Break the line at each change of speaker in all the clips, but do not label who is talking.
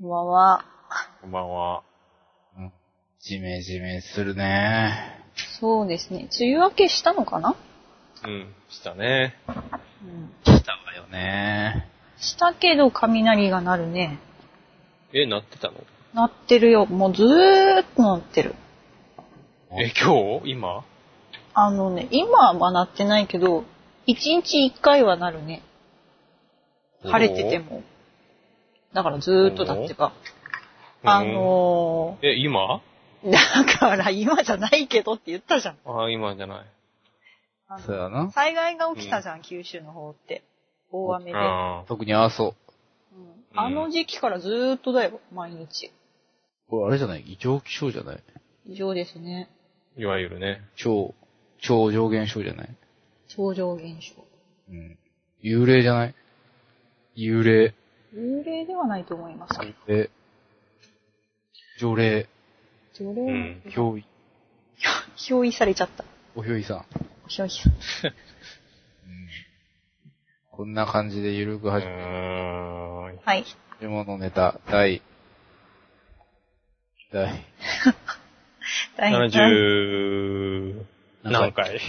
こんばんは。
こんばんは。うんジメジメするね。
そうですね。梅雨明けしたのかな
うん、したね。
うん。
したわよね。
したけど雷が鳴るね。
え、なってたの
鳴ってるよ。もうずーっと鳴ってる。
え、今日今
あのね、今は鳴ってないけど、一日一回は鳴るね。晴れてても。だからずーっとだってば。
おー
あの
え、今
ー、だから今じゃないけどって言ったじゃん。
あ、今じゃない。
あの
そうやな。
災害が起きたじゃん、九州の方って。大雨で。
あ
特に阿蘇。
うんあの時期からずーっとだよ、毎日。
これあれじゃない異常気象じゃない
異常ですね。
ーいわゆるね。
超、超上現象じゃない
超常現象。
うん。幽霊じゃない幽霊。
幽霊ではないと思います。
え。条例。
除
う
霊
ん、
憑依。
憑依されちゃった。
お憑依さん。
憑依
こんな感じでゆるく
う
始め
ーん。
はい。
るものネタ、第、第、
大変
70何回。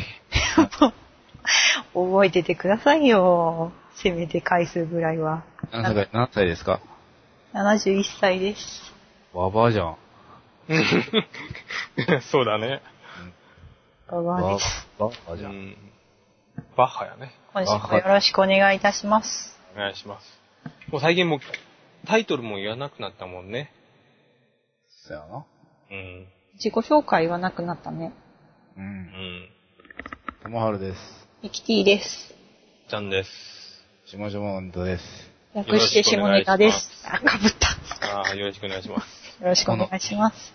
覚えててくださいよ。せめて回数ぐらいは。
何歳か何歳ですか
71歳です。
ババアじゃん。
そうだね。
バ
バ
バアです。
ババア
う
じゃん。
ん。バッハやね。
今週もよろしくお願いいたします。
お願いします。もう最近もうタイトルも言わなくなったもんね。
そうやな。
うん。
自己紹介はなくなったね。
う。
うんん。
ともはるです。
ミキティです。
ちゃんです。
しもじものネタです。
略して下ネタで
よろ
す
し。
あ、かぶった。
ああ、よろしくお願いします。
よろしくお願いします。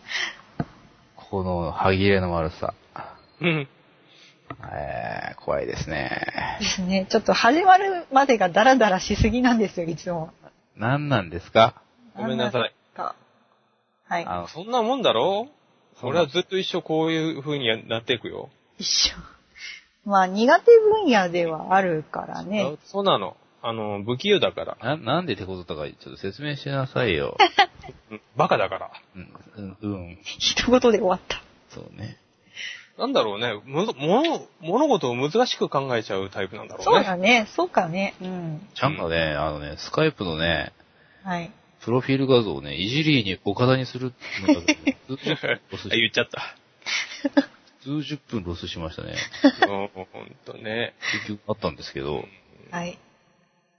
ここの歯切れの悪さ。
うん。
えー、怖いですね。
ですね。ちょっと始まるまでがダラダラしすぎなんですよ、いつも。
何なんですか
ごめんなさい。
か。はい。
あの、
そんなもんだろ
そん
俺
な
はずっと一生こういう風になっていくよ。
一緒。まあ、苦手分野ではあるからね。
そうなの。あの、不器用だから。
な、なんでってことだか、ちょっと説明しなさい よ。
うんバカだから。
うん、うん、うん。
一言で終わった。
そうね。
なんだろうね。むず物物事を難しく考えちゃうタイプなんだろう
そう
ね。
だね。そうかね。うん。
ちゃんがね、あのね、スカイプのね、
はい。
プロフィール画像をね、いじりに岡田にするってのが ねずっとロス
あ
し
言っちゃ った。
数十分ロスしました ね。
うんほんとね。
結局あったんですけど、
はい。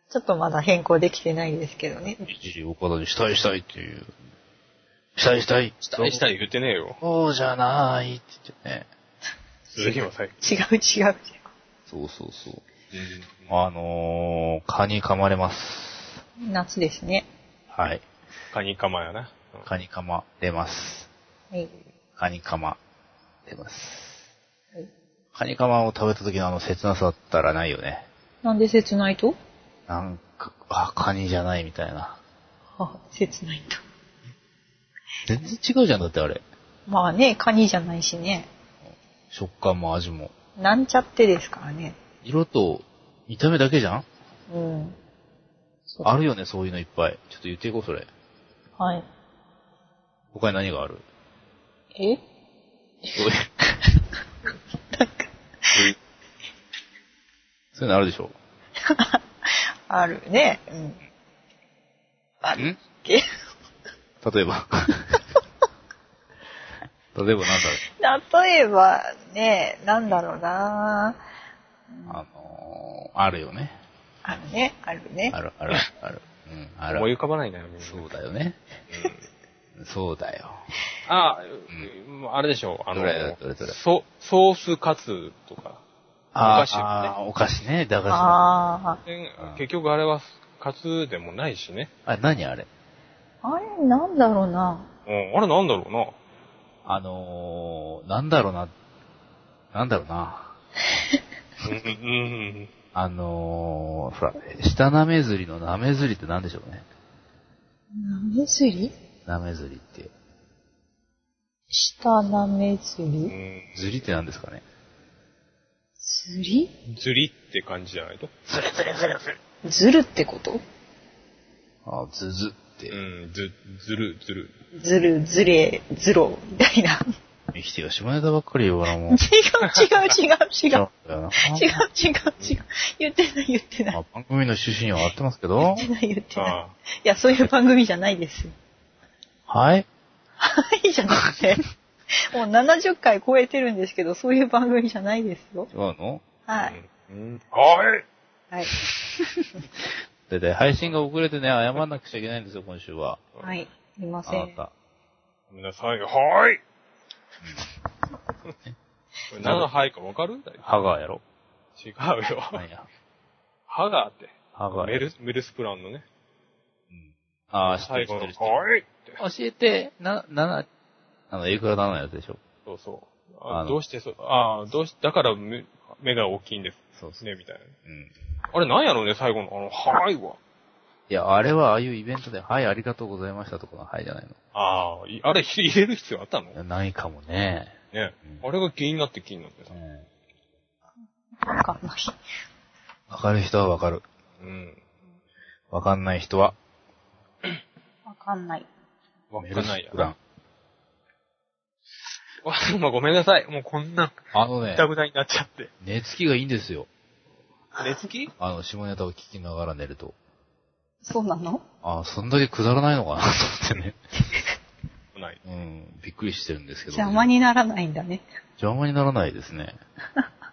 ちょっとまだ変更できてないですけどね。
いじり岡田にしたいしたいっていう。したいしたい
したいしたい言ってねえよ。
そうじゃないって言ってね。
鈴木もさ、
違う違う。
そうそうそう。
う
あのー、蚊に噛まれます。
夏ですね。
はい。
ん、カニカマやな。
蚊に噛まれます。
はい。
蚊に噛まれます
はい。
蚊に噛まを食べた時のあの切なさったらないよね。
なんで切ないと
なんか、あ、カニじゃないみたいな。
あ、切ないと。
全然違うじゃん、だってあれ。
まあね、カニじゃないしね。
食感も味も。
なんちゃってですからね。
色と見た目だけじゃん
うん。そう
あるよね、そういうのいっぱい。ちょっと言っていこう、それ。
はい。
他に何があ る
え
そういう。 そういうのあるでしょ
あるね。うん。ある
ん
っけ
例え ば。例えばなんだろ
例えばね、なんだろうな
う。あのー、あるよね。
あるね、あるね。
ある、ある、ある。うん、あ
思い
る。
浮かばないなよ、みんな。
そうだよね。そうだよ。
あ、うんあれでしょう、あの、
どれだどれどれ
ソソースカツとか。お菓子
あー、お菓子ね。駄菓子。あ
あ
で
うん
結局あれはカツでもないしね。
あ、何あれ
あ。あれ、なんだろうな
うん、あれなんだろうな。
あのー、なんだろうな、なんだろうな。
うんうん
あのー、ほら、下なめずりのなめずりって何でしょうね。
なめずり
なめずりって。
下なめず
う
り
ん
ずりって何ですかね。
ずり
ずりって感じじゃないと。
ずるってこと
あ、ずず、て
う、ん、ず、ずる、ずる。
ずる、ずれ、ずろ、みたいな。
生きてよ、下ネタばっかり言うからも
違う
う。
違う違う違う。
だよな
違う違う違う。言ってない言ってない。
まあ、番組の趣旨には合ってますけ
言
ど
っ。てない言ってない。
ああ。
いや、そういう番組じゃないです。
はい。
はいじゃなくて。もう70回超えてるんですけど、そういう番組じゃないですよ。
違うの
はい。
うん。はい。
はい。
だいたい配信が遅れてね、謝んなくちゃいけないんですよ、今週は。
はい。いませ。
あなんた。
ごめんなさい。はい。これ何のはいかわかる
ハガーやろ。
違うよ。
何や。
歯があって。
ハガー。
メル、メルスプランのね。
ああ、知って
最
る知
後
っ
の、
て
は
る
い
知ってる。
って。
教えて、な、なな、あの、エクラ7のやつでしょ。
そうそう。
あ
あ
の
どうしてそう、ああ、どうし、だから目目が大きいんで
そう
す
そう。
ね、みたいな。
うん。
あれなんやろうね、最後の、あの、はいは。
いや、あれはああいうイベントで、はい、ありがとうございましたとかの、はいじゃないの。
ああ、いあれ入れる必要あったの
いやないかもね。
ね。
うん
あれが気になって気になってさ
う。ん。
わかんない。
わかる人はわかる。
うん。
わかんない人は、
わかんない。
わ
メ
か
ル
ん
ス
ないや
プ。ラン。
わ、まあごめんなさい。もうこんな、
あの
ぐ
ね
た、ぐたになっちゃって。
寝つきがいいんですよ。
寝つき
あの、下ネタを聞きながら寝ると。
そうなの
ああ、そんだけくだらないのかなと思ってね。
ない。
うん、びっくりしてるんですけど、
邪魔にならないんだね。
邪魔にならないです ね。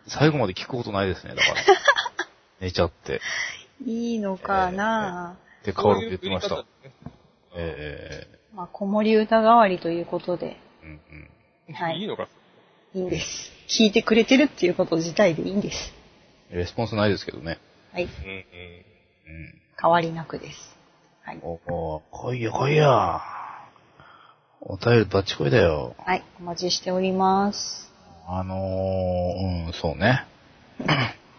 最後まで聞くことないですね、だから。寝ちゃって。
いいのかな
で、カオル言ってまし
そうい
た
う。売り方
ええ
まあ、子守歌代わりということで、
ええうんうん。
はい
い
い。
いのか。
いいんです。聞いてくれてるっていうこと自体でいいんです。
レスポンスないですけどね。
はい。
うんうん。
うん。
変わりなくです。はい。
お、お、来いよ来いよ。お便りバッチコイだよ。
はい。お待ちしております。
あのー、うん、そうね。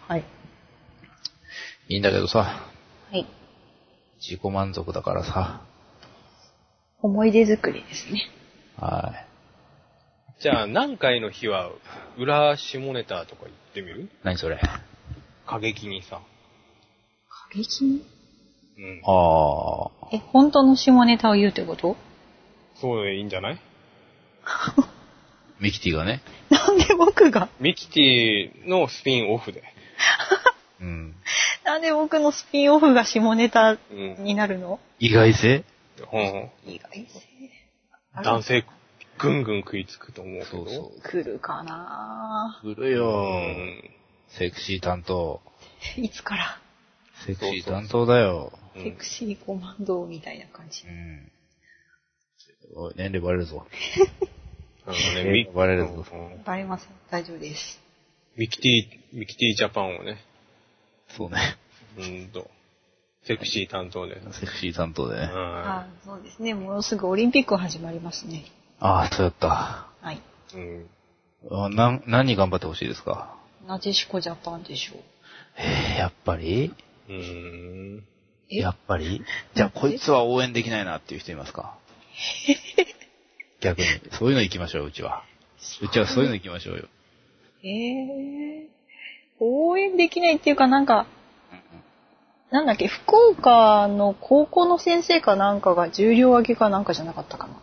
はい。
いいんだけどさ、
はい。
自己満足だからさ。
思い出作りですね。
はい。
じゃあ、何回の日は、裏下ネタとか言ってみる
何それ。
過激にさ。
過激に
うん。
ああ。
え、本当の下ネタを言うってこと
そうでいいんじゃない
ミキティがね。
なんで僕が、
ミキティのスピンオフで。
うん。
なんで僕のスピンオフが下ネタ
うん。
になるの
意外性
ほん
意外性。
男性、ぐんぐん食いつくと思うけど。
う。
来るかな
来るよ、
うん。
セクシー担当。
いつから
セクシー担当だよ。
う
セ
ん
クシーコマンドみたいな感じ。
うん。おい、年齢バレるぞ。
あのね、ミ
バレるぞ
うん
バレません。大丈夫です。
ミキティ、ミキティジャパンをね、
そうね。
うんと、セクシー担当で。うん。
セクシー担当でね。
あそうですね。もうすぐオリンピック始まりますね。
ああ、そうやった。
はい。
うん。
あな、何に頑張ってほしいですか
なでしこジャパンでしょう。
えー、やっぱり
うん。
え
やっぱりじゃあこいつは応援できないなっていう人いますか逆に。そういうの行きましょう、うちは。うちはそういうの行きましょうよ。
えー、応援できないっていうかなんか、なんだっけ、福岡の高校の先生かなんかが重量挙げかなんかじゃなかったかな。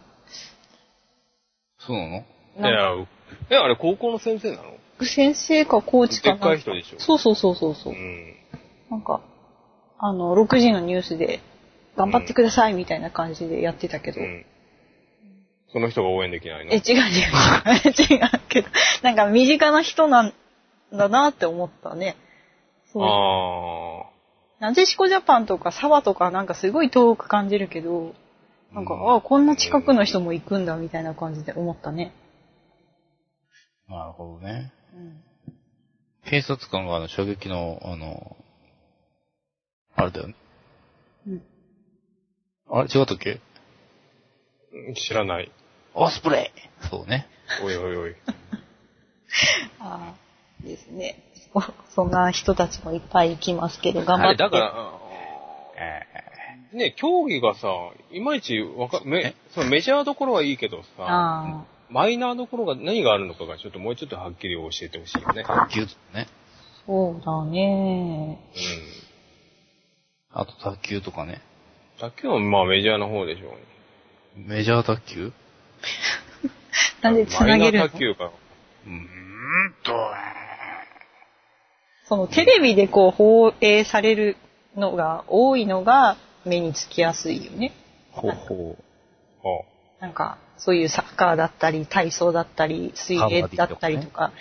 そうなの
い
なんか
や、え、あれ高校の先生なの
先生かコーチかなんか。
でっかい人でしょ
そうそうそうそうそうう。
ん。
なんか、あの、6時のニュースで、頑張ってくださいみたいな感じでやってたけど。
うん。その人が応援できないの
え、違う違う。 違うけど、なんか身近な人なんだなって思ったね。そう。
あ
なでしこジャパンとかサバとかなんかすごい遠く感じるけど、なんか、
うん
あこんな近くの人も行くんだみたいな感じで思ったね。
なるほどね。
うん。
警察官があの、射撃の、あの、あれだよね。
うん。
あれ違ったっけ
あ、知らない。
オスプレイそうね。
おいおいおい。
ああ、ですね。 そそんな人たちもいっぱい行きますけど、頑張
あ
っ
れ
て。
だから、あーね、競技がさ、いまいちわか、め
え
そのメジャーどころはいいけどさ、
あ
マイナーどころが何があるのかがちょっともうちょっとはっきり教えてほしいよね。
卓球とか
あ、
ね。
そうだね。
う
あと卓球とかね。
卓球はまあメジャーの方でしょうね。
メジャー卓球
なんで繋げる
マ
の
イナー卓球か。
うーんと、
そのテレビでこう放映されるのが多いのが目につきやすいよね。
ほうほ
は
なんかそういうサッカーだったり体操だったり水泳だったりとか、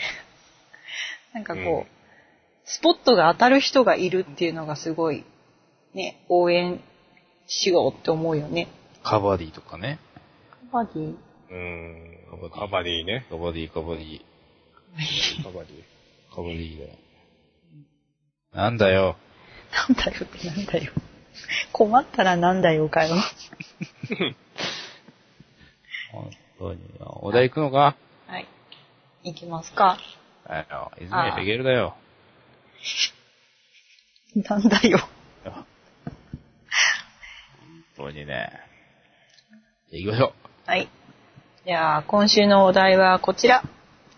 なんかこう、
うん
スポットが当たる人がいるっていうのがすごいね応援しようって思うよね。
う。カバディとかね。
カバディ
あ。うーん
カバディ。
カバディね。
カバディ、カバディ。
カバディ。
カバディだよ。なんだよ。
なんだよってなんだよ。困ったらなんだよかよ。
本当に。お題行くのか
はい。いきますか。
あの、泉谷しげるだよ。
なんだよ。
本当にね。じゃあ行きましょう。
はい。じゃあ、今週のお題はこちら。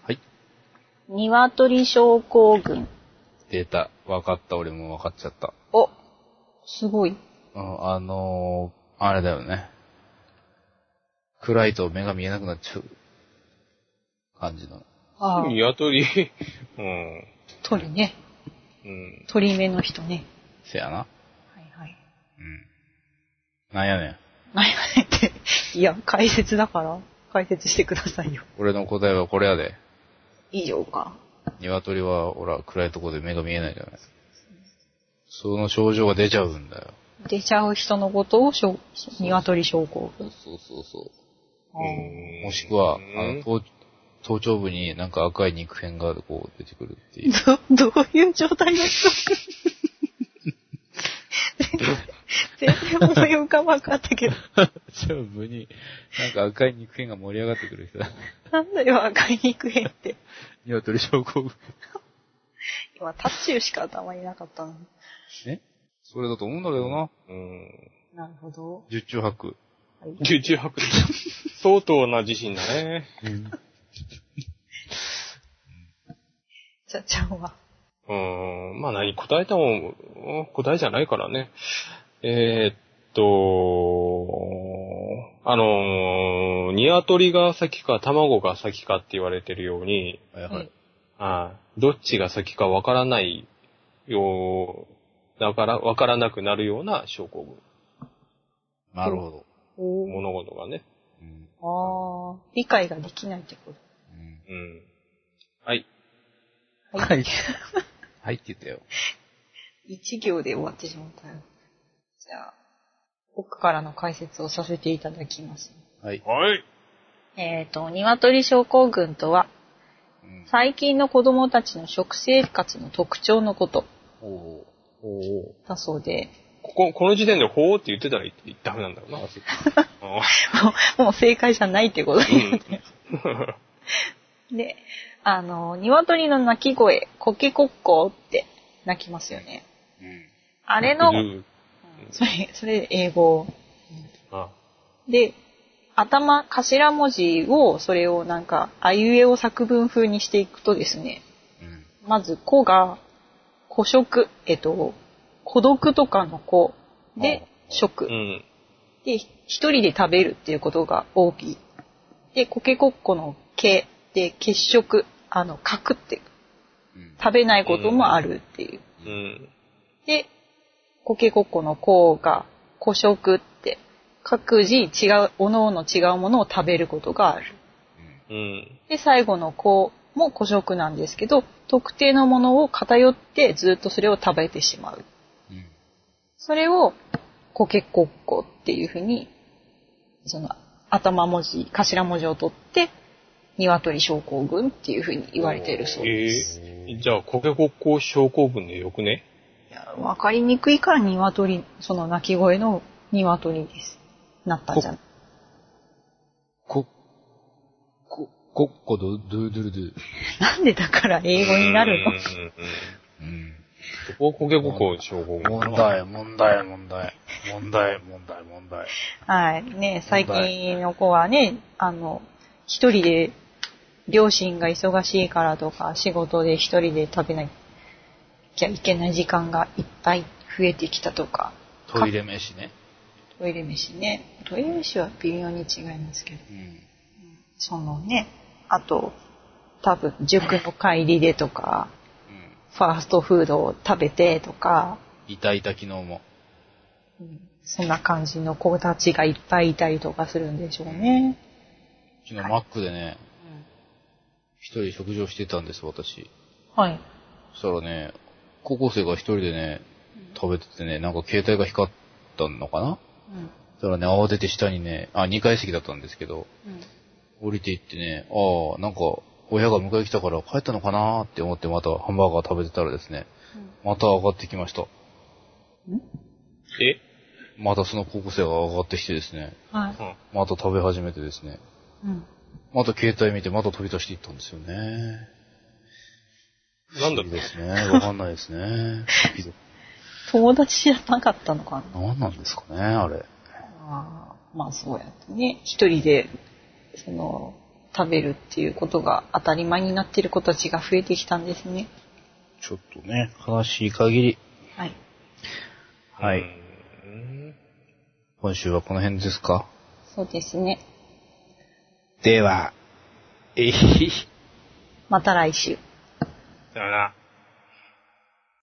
はい。
鶏症候群。
データ、分かった。俺も分かっちゃった。
お、すごい。
うんあのー、あれだよね。暗いと目が見えなくなっちゃう感じの。
ああ、
ニワ トリ、うん。
鳥ね。
うん。
鳥目の人ね。
せやな。
はいはい。
うん。なんやねん。
何やねんって。 いや、解説だから、解説してくださいよ。
俺の答えはこれやで。
以上か。
鶏は、ほら、暗いとこで目が見えないじゃない。その症状が出ちゃうんだよ。
出ちゃう人のことをしょ、鶏症候群。
そうそうそ
あー
う。もしくは、あ
うん
の、頭頭頂部になんか赤い肉片がこう出てくるって いう。
ど、 どういう状態の 人全然思い浮かばなかったけど。
頭頂部になんか赤い肉片が盛り上がってくる 人だ。
なんだよ、赤い肉片って。
鶏症候群。
今、タッチューしか頭になかったのに。
えそれだと思うんだけどな。
うん。
なるほど。
十中八九。
はい、
18だ。相当な自信だね。
ちゃちゃんは。
うん。まあ何、答えたもん、答えじゃないからね。えー、っと、あのー、ニワトリが先か卵が先かって言われてるように、
はい
は
はいい。
はいどっちが先かわからないよう、だから、わからなくなるような症候
なるほど。
お
群。物事がね。
うん。
お。ああ、理解ができないってこ
うん
うん。はい。
と。はい。
はいって言ったよ。
一行で終わってしまったよ。じゃあ、僕からの解説をさせていただきます。
はい。
はい。
えっ、と、鶏症候群とは、
うん
最近の子供たちの食生活の特徴のこと
おー
おー
だそうで、
ここ、この時点でほーって言ってたらダメなんだろう な。あ
もう正解じゃないってこと
ー
になってます
う
で、あの、鶏の鳴き声、コケコッコーって鳴きますよね。
うん。
あれの、
ん。
それ、それ英語
あ
で、頭、頭文字を、それをなんか、あいうえお作文風にしていくとですね、
うん。
まず、子が、孤食、えっと、孤独とかの子で、食。
うん。
で、一人で食べるっていうことが大きい。で、コケコッコの毛で、血食、あの、かくって、
うん。
食べないこともあるっていう。
うん。
で、コケコッコの子が、孤食って、各自違う、おのおの違うものを食べることがある。
うん。
で、最後の子も孤食なんですけど、特定のものを偏ってずっとそれを食べてしまう。
うん。
それを、コケコッコっていうふうに、その、頭文字、頭文字を取って、鶏症候群っていうふうに言われているそう
え
です。
ー、じゃあ、コケコッコ症候群でよくね
いやわかりにくいから鶏、その鳴き声の鶏です。なったんじゃない
こ、こ、こっこど、どゥドゥルドゥ。
なんでだから英語になるの
うんうんうん
うん。
ここコケコッコ症候群。
問題、問題、問題。問題、問題、問題。
はい。ね、最近の子はね、あの、一人で、両親が忙しいからとか、仕事で一人で食べなきゃいけない時間がいっぱい増えてきたとか、
トイレ飯ね。
トイレ飯ね。トイレ飯は微妙に違いますけど。
うん。
そのね、あと、多分、塾の帰りでとか、
うん。
ファーストフードを食べてとか、
いたいた昨日も。
そんな感じの子たちがいっぱいいたりとかするんでしょうね。
昨日マックでね、一人食事をしてたんです、私。
はい。
そしたらね、高校生が一人でね、食べててね、なんか携帯が光ったのかな
うん。
そしたらね、慌てて下にね、あ、二階席だったんですけど、
うん。
降りていってね、ああ、なんか、親が迎えに来たから帰ったのかなーって思ってまたハンバーガー食べてたらですね、また上がってきました。
え
またその高校生が上がってきてですね、
はい。
うん。
また食べ始めてですね、
うん。
また携帯見てまた飛び出していったんですよね。
なんだ
いいですね。わかんないです ね。ひどい
友達じゃなかったのかな
なんなんですかね、あれ。
あーまあそうやってね一人でその食べるっていうことが当たり前になっている子たちが増えてきたんですね
ちょっとね、悲しい限り。
はい
はい。
うん
今週はこの辺ですか
そうですね
では、えひひ。
また来週
だよな。